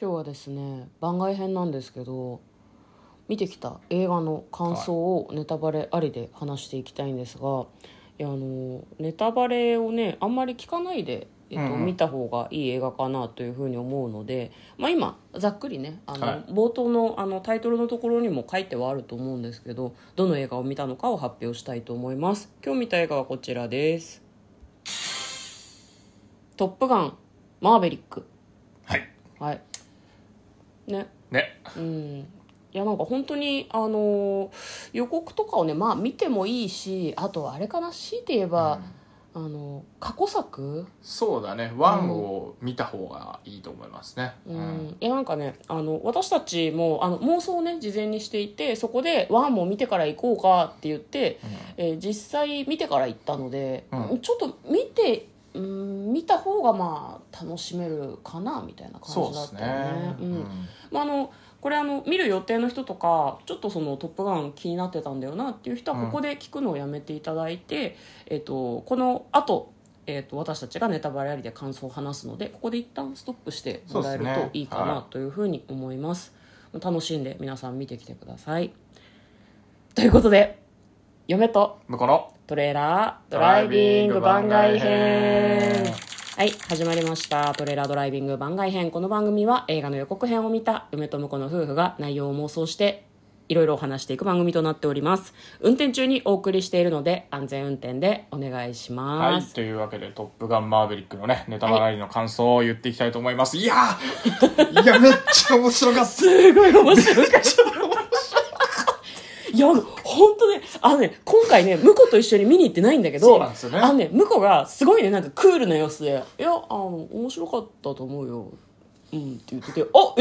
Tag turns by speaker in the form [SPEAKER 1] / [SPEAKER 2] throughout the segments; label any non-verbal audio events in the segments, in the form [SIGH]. [SPEAKER 1] 今日はですね番外編なんですけど見てきた映画の感想をネタバレありで話していきたいんですが、い、やあのネタバレをねあんまり聞かないで、えっと
[SPEAKER 2] うんうん
[SPEAKER 1] 見た方がいい映画かなというふうに思うので、まあ、今ざっくりねあの、
[SPEAKER 2] はい
[SPEAKER 1] 冒頭のあのタイトルのところにも書いてはあると思うんですけどどの映画を見たのかを発表したいと思います今日見た映画はこちらです「トップガンマーベリック」
[SPEAKER 2] はい
[SPEAKER 1] はいね
[SPEAKER 2] ね
[SPEAKER 1] うんいやなんか本当にあのー予告とかをねまあ見てもいいしあとあれかな強いて言えば、あの過去作
[SPEAKER 2] そうだねワンを見た方がいいと思いますね
[SPEAKER 1] う、
[SPEAKER 2] うんん
[SPEAKER 1] いやなんかねあの私たちもあの妄想をね事前にしていてそこで「ワンも見てから行こうか」って言って、えー実際見てから行ったので、
[SPEAKER 2] うん
[SPEAKER 1] ちょっと見て、うん、見た方がまあ楽しめるかなみたいな
[SPEAKER 2] そ
[SPEAKER 1] 感じ
[SPEAKER 2] うで
[SPEAKER 1] だっ
[SPEAKER 2] す
[SPEAKER 1] た
[SPEAKER 2] ね
[SPEAKER 1] よね。うん
[SPEAKER 2] うん
[SPEAKER 1] まあ、あのこれあの見る予定の人とかちょっとその「トップガン」気になってたんだよなっていう人は
[SPEAKER 2] うん
[SPEAKER 1] ここで聞くのをやめていただいて、えっとこのあと、えっと私たちがネタバレありで感想を話すのでここで一旦ストップしてもらえる
[SPEAKER 2] そうですね
[SPEAKER 1] といいか
[SPEAKER 2] は
[SPEAKER 1] なというふうに思います、楽しんで皆さん見てきてくださいということで嫁と
[SPEAKER 2] 向こうの
[SPEAKER 1] トレーラードライビング番外編はい、始まりました。トレーラードライビング番外編。この番組は映画の予告編を見た梅と婿の夫婦が内容を妄想して、いろいろお話していく番組となっております。運転中にお送りしているので、安全運転でお願いし
[SPEAKER 2] は
[SPEAKER 1] ま
[SPEAKER 2] い
[SPEAKER 1] す。
[SPEAKER 2] というわけで「トップガンマーヴェリック」のねネタバレの感想を言っていきたいと思います、い、や
[SPEAKER 1] [LAUGHS]
[SPEAKER 2] ーいやめっちゃ面白かった
[SPEAKER 1] すごい面白かった。いや、あの本当ね、あのね、今回ね、婿と一緒に見に行ってないんだけど、
[SPEAKER 2] そうなんですよね
[SPEAKER 1] あのね、婿がすごいね、なんかクールな様子で、いや、あの、面白かったと思うよ。うんって言ってて、あ、え、あんま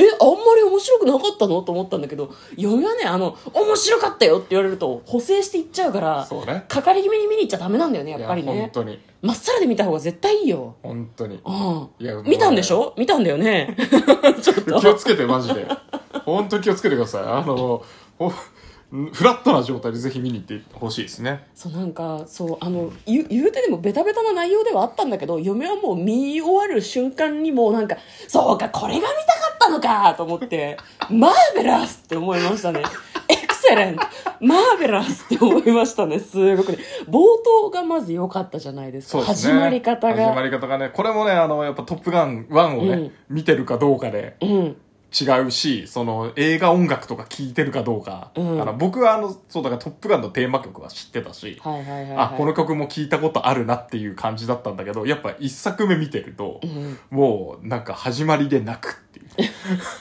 [SPEAKER 1] り面白くなかったのと思ったんだけど、嫁はね、あの、面白かったよって言われると、補正していっちゃうから、
[SPEAKER 2] そうね
[SPEAKER 1] かかり気味に見に行っちゃダメなんだよね、や
[SPEAKER 2] い
[SPEAKER 1] っ
[SPEAKER 2] や
[SPEAKER 1] ぱり
[SPEAKER 2] 本
[SPEAKER 1] ね。
[SPEAKER 2] 当に
[SPEAKER 1] まっさらで見た方が絶対いいよ。
[SPEAKER 2] 本当に
[SPEAKER 1] うん。
[SPEAKER 2] いやもうね
[SPEAKER 1] 見たんでしょ見たんだよね。ちょっと
[SPEAKER 2] 気。をつけてマジで本当に気をつけてくださいあのほフラットな状態でぜひ見に行ってほしいですね
[SPEAKER 1] そうなんかそうあの言う言うてでもベタベタな内容ではあったんだけど嫁はもう見終わる瞬間にもうなんかそうかこれが見たかったのかと思って [LAUGHS] マーベラスって思いましたねエクセレントマーベラスって思いましたねすごくね冒頭がまず良かったじゃないですか
[SPEAKER 2] そうですね
[SPEAKER 1] 始まり方が
[SPEAKER 2] 始まり方がねこれもねあのやっぱ「トップガン1」をね、
[SPEAKER 1] うん
[SPEAKER 2] 見てるかどうかで
[SPEAKER 1] うん
[SPEAKER 2] 違うしその映画音楽とか聴いてるかどうか、
[SPEAKER 1] うん
[SPEAKER 2] あの僕はあのそうだから「トップガン」のテーマ曲は知ってたし、
[SPEAKER 1] はいはいはい、はい、
[SPEAKER 2] あこの曲も聴いたことあるなっていう感じだったんだけどやっぱ一作目見てると、
[SPEAKER 1] ん
[SPEAKER 2] もうなんか始まりで泣くっていう
[SPEAKER 1] [LAUGHS]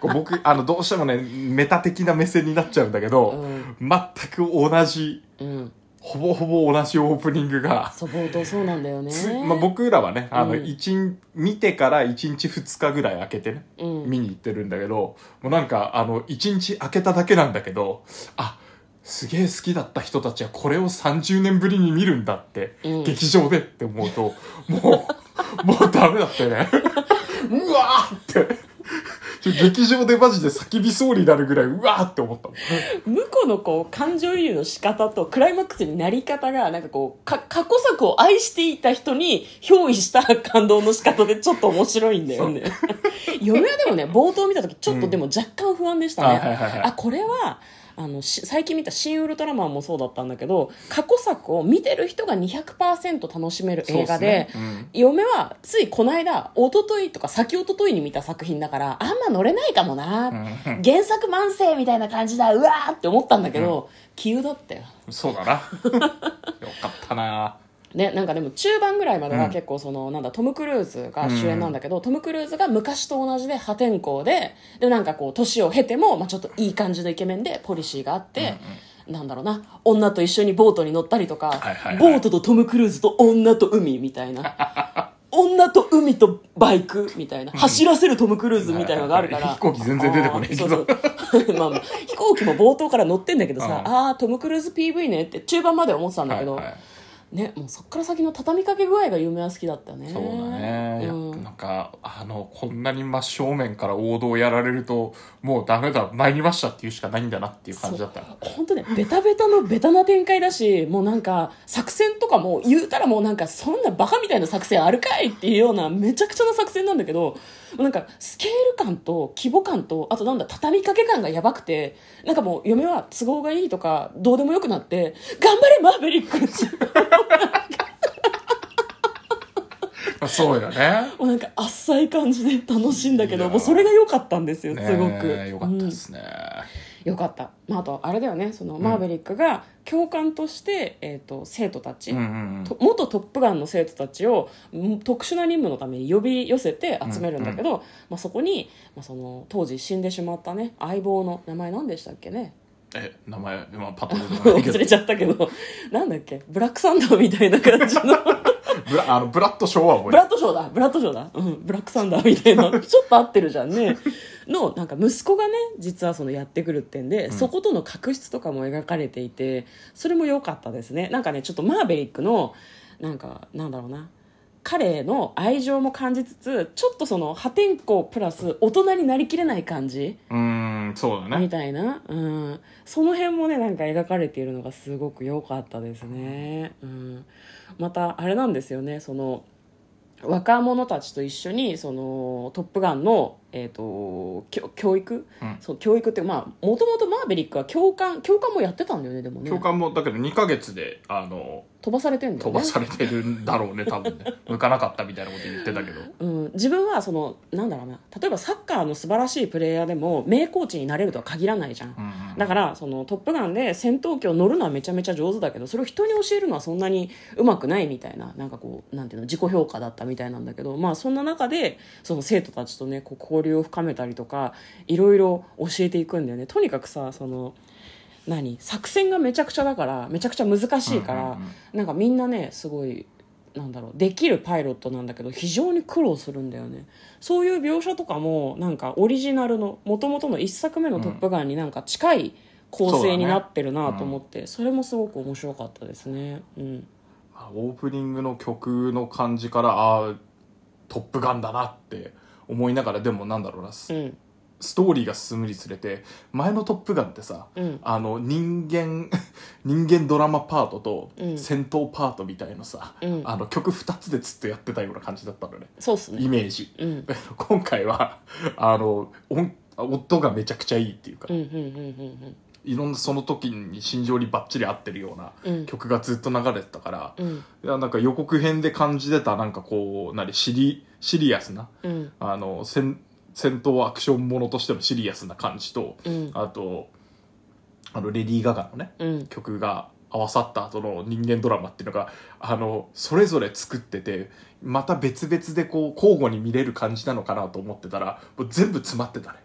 [SPEAKER 2] こう僕あのどうしてもねメタ的な目線になっちゃうんだけど、
[SPEAKER 1] うん
[SPEAKER 2] 全く同じ
[SPEAKER 1] うん
[SPEAKER 2] ほぼほぼ同じオープニングが、
[SPEAKER 1] そう冒頭そうなんだよね
[SPEAKER 2] つまあ、僕らはねあの、
[SPEAKER 1] うん
[SPEAKER 2] 一日見てから1日2日ぐらい空けてね、
[SPEAKER 1] うん
[SPEAKER 2] 見に行ってるんだけどもうなんかあの1日空けただけなんだけどあすげえ好きだった人たちはこれを30年ぶりに見るんだって、
[SPEAKER 1] うん
[SPEAKER 2] 劇場でって思うともう [LAUGHS] もうダメだってね [LAUGHS] うわーってちょ劇場でマジで叫びそうになるぐらいうわーって
[SPEAKER 1] [LAUGHS]
[SPEAKER 2] 思ったもん
[SPEAKER 1] 向こうのこう感情移入の仕方とクライマックスになり方がなんかこうか過去作を愛していた人に憑依した感動の仕方でちょっと面白いんだよね [LAUGHS] 嫁はでもね冒頭見た時ちょっとでも若干不安でしたね、
[SPEAKER 2] うんあはいはいはい
[SPEAKER 1] あこれはあのし最近見た「新ウルトラマン」もそうだったんだけど過去作を見てる人が200%楽しめる映画で
[SPEAKER 2] そうっすね
[SPEAKER 1] 嫁はついこの間一昨日とか先一昨日に見た作品だからあんま乗れないかもな
[SPEAKER 2] うんうん
[SPEAKER 1] 原作万世みたいな感じだうわーって思ったんだけど、急だったよ
[SPEAKER 2] そう
[SPEAKER 1] [LAUGHS]
[SPEAKER 2] だな。よかったな。
[SPEAKER 1] ね、なんかでも中盤ぐらいまで
[SPEAKER 2] う
[SPEAKER 1] は
[SPEAKER 2] ん
[SPEAKER 1] 結構その、なんだトム・クルーズが主演なんだけど、トム・クルーズが昔と同じで破天荒ででなんかこう年を経ても、まあ、ちょっといい感じのイケメンでポリシーがあって、なんだろうな女と一緒にボートに乗ったりとか、
[SPEAKER 2] いはいはい
[SPEAKER 1] ボートとトム・クルーズと女と海みたいな
[SPEAKER 2] [LAUGHS]
[SPEAKER 1] 女と海とバイクみたいな走らせるトム・クルーズみたいなのがあるから、
[SPEAKER 2] [LAUGHS] 飛行機全然出てこないけど
[SPEAKER 1] あーそう [LAUGHS] そうまあまあ飛行機も冒頭から乗ってんだけどさ、
[SPEAKER 2] うん
[SPEAKER 1] ああトム・クルーズ PV ねって中盤までは思ってたんだ
[SPEAKER 2] は
[SPEAKER 1] け
[SPEAKER 2] い
[SPEAKER 1] ど、
[SPEAKER 2] はい。
[SPEAKER 1] ね、もうそっから先の畳みかけ具合が夢は好きだったね
[SPEAKER 2] そうだね。やっぱ
[SPEAKER 1] うん
[SPEAKER 2] なんか、あの、こんなに真正面から王道やられると、もうダメだ、参りましたっていうしかないんだなっていう感じだった。
[SPEAKER 1] 本当ねベタベタのベタな展開だしもうなんか作戦とかも言うたらもうなんかそんなバカみたいな作戦あるかいっていうようなめちゃくちゃな作戦なんだけどなんかスケール感と規模感とあとなんだ畳みかけ感がやばくてなんかもう嫁は都合がいいとかどうでもよくなって頑張れマーベリックって
[SPEAKER 2] まあそうよね。
[SPEAKER 1] もうなんか浅い感じで楽しいんだけ
[SPEAKER 2] い
[SPEAKER 1] ど
[SPEAKER 2] や
[SPEAKER 1] もうそれが良かったんですよ
[SPEAKER 2] ね
[SPEAKER 1] [LAUGHS] すごく、
[SPEAKER 2] よかったですね。
[SPEAKER 1] よかった、まあ、あとあれだよねそのマーベリックが教官として、えー、と生徒たち、
[SPEAKER 2] うんうん
[SPEAKER 1] と元トップガンの生徒たちをん特殊な任務のために呼び寄せて集めるんだけど、まあ、そこに、まあ、その当時死んでしまったね相棒の名前何でしたっけね
[SPEAKER 2] え、名前、今パッと出てこないけ
[SPEAKER 1] 忘
[SPEAKER 2] ど
[SPEAKER 1] れちゃったけどなんだっけブラックサンダーみたいな感じの
[SPEAKER 2] ブラ、あ [LAUGHS] の、ブラッドショーは覚え
[SPEAKER 1] ブ
[SPEAKER 2] てる
[SPEAKER 1] ラッドショーだブラッドショーだ、うん、ブラックサンダーみたいなちょっと合ってるじゃんねのなんか息子がね実はそのやってくるってんで、そことの確執とかも描かれていてそれも良かったですねなんかねちょっとマーベリックのなんかなんだろうな彼への愛情も感じつつちょっとその破天荒プラス大人になりきれない感じ
[SPEAKER 2] うーん、そうだ
[SPEAKER 1] み
[SPEAKER 2] ね。
[SPEAKER 1] たいな、うん、その辺もねなんか描かれているのがすごく良かったですね、うん、またあれなんですよねその若者たちと一緒にその「トップガンの」えーと教教育、
[SPEAKER 2] うん
[SPEAKER 1] そう教育ってまあもともとマーベリックは教官教官もやってたんだよねでもね
[SPEAKER 2] 教官も、だけど2ヶ月で、あの、
[SPEAKER 1] 飛ばされてんだよ
[SPEAKER 2] 飛
[SPEAKER 1] ね
[SPEAKER 2] ばされてるんだろうね、多分ね。向かなかったみたいなこと言ってたけど。
[SPEAKER 1] うん、自分はそのなんだろうな例えばサッカーの素晴らしいプレイヤーでも名コーチになれるとは限らないじゃん、
[SPEAKER 2] うんうん
[SPEAKER 1] だからその「トップガン」で戦闘機を乗るのはめちゃめちゃ上手だけどそれを人に教えるのはそんなにうまくないみたいななんかこうなんていうの自己評価だったみたいなんだけど、まあ、そんな中でその生徒たちとねこう交流を深めたりとかいろいろ教えていくんだよね。とにかくさその何作戦がめちゃくちゃだからめちゃくちゃ難しいから、
[SPEAKER 2] うんうんうん
[SPEAKER 1] なんかみんなねすごいなんだろうできるパイロットなんだけど非常に苦労するんだよねそういう描写とかもなんかオリジナルの元々の1作目の「トップガン」になんか近い構成になってるなと思ってそ,、れもすごく面白かったですねうん
[SPEAKER 2] まあオープニングの曲の感じからああトップガン」だなって思いながらでもなんだろうな、ス
[SPEAKER 1] うん
[SPEAKER 2] ストーリーが進むにつれて前の「トップガン」ってさ、
[SPEAKER 1] うん
[SPEAKER 2] あの人間 [LAUGHS] 人間ドラマパートと
[SPEAKER 1] うん
[SPEAKER 2] 戦闘パートみたいのさ、
[SPEAKER 1] うん
[SPEAKER 2] あの曲2つでずっとやってたような感じだったのね
[SPEAKER 1] そうっす
[SPEAKER 2] イ
[SPEAKER 1] ね
[SPEAKER 2] メージ、 [LAUGHS]
[SPEAKER 1] うん
[SPEAKER 2] だけど今回はあの音音がめちゃくちゃいいっていうか、
[SPEAKER 1] うんうんうんうん
[SPEAKER 2] いろんなその時に心情にバッチリ合ってるような
[SPEAKER 1] うん
[SPEAKER 2] 曲がずっと流れてたから、
[SPEAKER 1] うん
[SPEAKER 2] いやなんか予告編で感じてたなんかこう何シリシリアスな
[SPEAKER 1] うん
[SPEAKER 2] あの戦戦闘アクションものとしてのシリアスな感じと、
[SPEAKER 1] うん
[SPEAKER 2] あとあのレディー・ガガのね
[SPEAKER 1] うん
[SPEAKER 2] 曲が合わさった後の人間ドラマっていうのがあのそれぞれ作っててまた別々でこう交互に見れる感じなのかなと思ってたらもう全部詰まってたね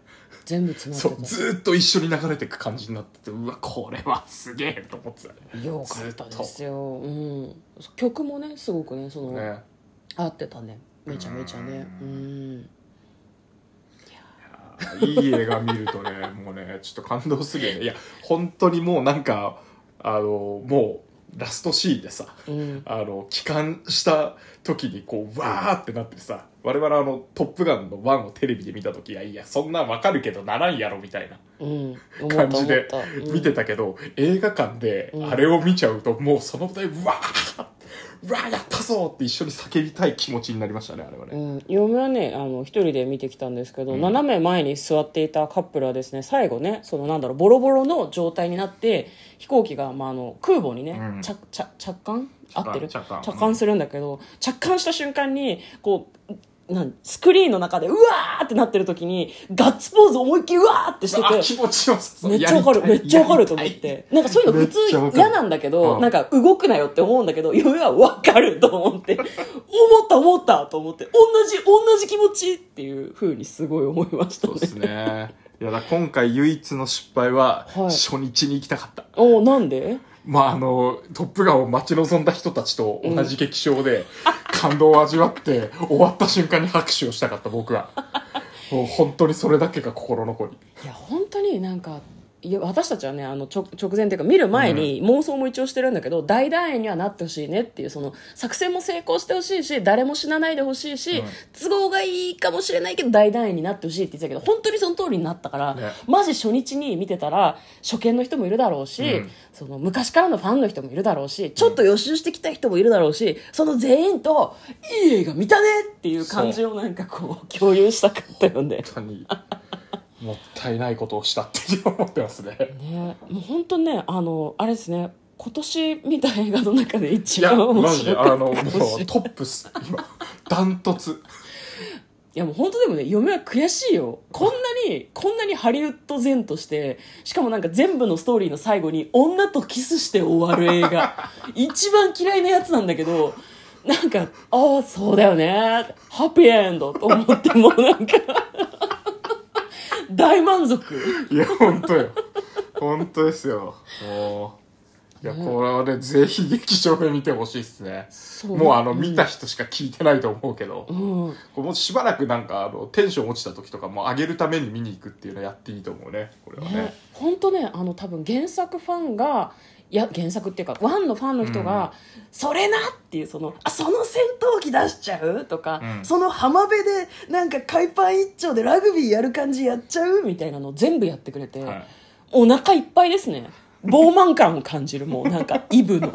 [SPEAKER 1] 全部詰ま
[SPEAKER 2] そう
[SPEAKER 1] ってた
[SPEAKER 2] ずーっと一緒に流れていく感じになっててうわこれはすげえと思ってたね
[SPEAKER 1] よかったですよ、うん、曲もねすごくねその
[SPEAKER 2] ね
[SPEAKER 1] 合ってたねめちゃめちゃねうん
[SPEAKER 2] いい映画見るとね、もうね、ちょっと感動するよね。いや、本当にもうなんか、あの、もう、ラストシーンでさ、
[SPEAKER 1] うん
[SPEAKER 2] あの、帰還した時にこう、わーってなってさ、我々あの、トップガンの1をテレビで見た時、いやいや、そんなんわかるけどならんやろ、みたいな
[SPEAKER 1] うん思った
[SPEAKER 2] 感
[SPEAKER 1] 思
[SPEAKER 2] じ
[SPEAKER 1] っ
[SPEAKER 2] で
[SPEAKER 1] たうん
[SPEAKER 2] 見てたけど、映画館で
[SPEAKER 1] うん
[SPEAKER 2] あれを見ちゃうと、もうその場で、うわーうわーやったぞって一緒に叫びたい気持ちになりましたね、あれは
[SPEAKER 1] う
[SPEAKER 2] ね。
[SPEAKER 1] ん、嫁はねあの一人で見てきたんですけど、
[SPEAKER 2] うん
[SPEAKER 1] 斜め前に座っていたカップルはですね最後ねそのなんだろうボロボロの状態になって飛行機が、まあ、あの空母にね、
[SPEAKER 2] うん
[SPEAKER 1] 着着着艦合ってる
[SPEAKER 2] 着艦
[SPEAKER 1] 着艦するんだけど、着艦した瞬間にこうなんスクリーンの中でうわーってなってる時にガッツポーズ思いっきりうわーってして
[SPEAKER 2] あ
[SPEAKER 1] て
[SPEAKER 2] 気持ちよさそう
[SPEAKER 1] めっちゃわかる、
[SPEAKER 2] やりた
[SPEAKER 1] め
[SPEAKER 2] い
[SPEAKER 1] っちゃわかると思って。なんかそういうの普
[SPEAKER 2] めっちゃわ
[SPEAKER 1] 通
[SPEAKER 2] かる
[SPEAKER 1] 嫌なんだけど、
[SPEAKER 2] うん
[SPEAKER 1] なんか動くなよって思うんだけど、嫁はわかると思
[SPEAKER 2] [LAUGHS]
[SPEAKER 1] って、思った思ったと思って、同じ、同じ気持ちっていう風にすごい思いました
[SPEAKER 2] そう
[SPEAKER 1] ね。
[SPEAKER 2] ですね。いや、だから今回唯一の失敗は、
[SPEAKER 1] はい
[SPEAKER 2] 初日に行きたかった。
[SPEAKER 1] おーなんで
[SPEAKER 2] まあ、あの、トップガンを待ち望んだ人たちと同じ劇場で、感動を味わって、終わった瞬間に拍手をしたかった、僕は。もう本当にそれだけが心残り。
[SPEAKER 1] いや、本当になんか、いや私たちはねあの直直前っていうか見る前に妄想も一応してるんだけど、大団円にはなってほしいねっていうその作戦も成功してほしいし誰も死なないでほしいし、
[SPEAKER 2] うん
[SPEAKER 1] 都合がいいかもしれないけど大団円になってほしいって言ってたけど本当にその通りになったから、
[SPEAKER 2] ね
[SPEAKER 1] マジ初日に見てたら初見の人もいるだろうし、
[SPEAKER 2] うん
[SPEAKER 1] その昔からのファンの人もいるだろうしちょっと予習してきた人もいるだろうし、その全員といい映画見たねっていう感じをなんかこう共有したかったよね。
[SPEAKER 2] 本当にもったいないことをしたって思ってますね
[SPEAKER 1] ねもう本当ねあのあれですね今年見た映画の中で
[SPEAKER 2] い
[SPEAKER 1] 一
[SPEAKER 2] や
[SPEAKER 1] 番 [LAUGHS] 面
[SPEAKER 2] マジで
[SPEAKER 1] 白
[SPEAKER 2] あ
[SPEAKER 1] か
[SPEAKER 2] の
[SPEAKER 1] った
[SPEAKER 2] もう
[SPEAKER 1] かもしれないい
[SPEAKER 2] トップス今ダントツ
[SPEAKER 1] やもう本当でもね嫁は悔しいよこんなにこんなにハリウッド前としてしかもなんか全部のストーリーの最後に女とキスして終わる映
[SPEAKER 2] [LAUGHS]
[SPEAKER 1] 画一番嫌いなやつなんだけどなんかああそうだよねハッピーエンドと思ってもう
[SPEAKER 2] [LAUGHS]
[SPEAKER 1] なんか大満足
[SPEAKER 2] いや本当よ本当ですよもういや
[SPEAKER 1] ね
[SPEAKER 2] これはねぜひ劇場で見てほしいですね
[SPEAKER 1] そう
[SPEAKER 2] もうあの見た人しか聞いてないと思うけど、
[SPEAKER 1] うん
[SPEAKER 2] こうもうしばらくなんかあのテンション落ちた時とかも上げるために見に行くっていうのやっていいと思うねこれはね
[SPEAKER 1] ね、本当ねあの多分原作ファンがいや原作っていうかワンのファンの人が「それな!」っていうそのあ「その戦闘機出しちゃう?」とか、
[SPEAKER 2] うん
[SPEAKER 1] その浜辺でなんか海パン一丁でラグビーやる感じやっちゃう?」みたいなのを全部やってくれて、
[SPEAKER 2] はい
[SPEAKER 1] お腹いっぱいですね傲慢感を感じるもうなんかイブの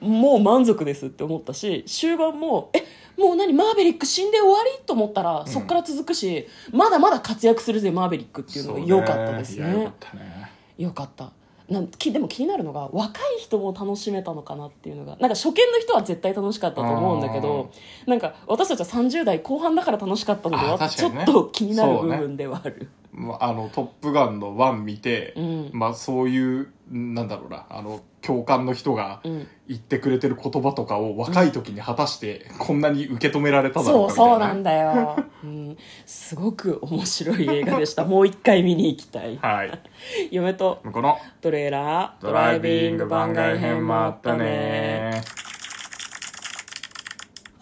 [SPEAKER 1] もう満足ですって思ったし終盤もえもう何マーベリック死んで終わりと思ったらそっから続くし、まだまだ活躍するぜマーベリックっていうのが良かったです
[SPEAKER 2] そういや良
[SPEAKER 1] ね
[SPEAKER 2] かったね
[SPEAKER 1] 良かったなんきでも気になるのが若い人も楽しめたのかなっていうのがなんか初見の人は絶対楽しかったと思うんだけどなんか私たちは30代後半だから楽しかったので
[SPEAKER 2] あー
[SPEAKER 1] は
[SPEAKER 2] 確
[SPEAKER 1] ち
[SPEAKER 2] か
[SPEAKER 1] ょ
[SPEAKER 2] にね
[SPEAKER 1] っと気になる
[SPEAKER 2] そ
[SPEAKER 1] 部
[SPEAKER 2] うね
[SPEAKER 1] 分ではある、
[SPEAKER 2] まああの「トップガン」の1見て、
[SPEAKER 1] うん
[SPEAKER 2] まあ、そういうなんだろうなあの共感の人が
[SPEAKER 1] うん
[SPEAKER 2] 言ってくれてる言葉とかを若い時に果たしてこんなに受け止められただろ
[SPEAKER 1] そうう
[SPEAKER 2] かみたいな、
[SPEAKER 1] そうなんだ
[SPEAKER 2] [LAUGHS]
[SPEAKER 1] よ、うん、すごく面白い映画でしたもう一回見に行きたい
[SPEAKER 2] はい
[SPEAKER 1] 嫁と
[SPEAKER 2] この
[SPEAKER 1] トレーラー
[SPEAKER 2] ドライビング番外編もあったね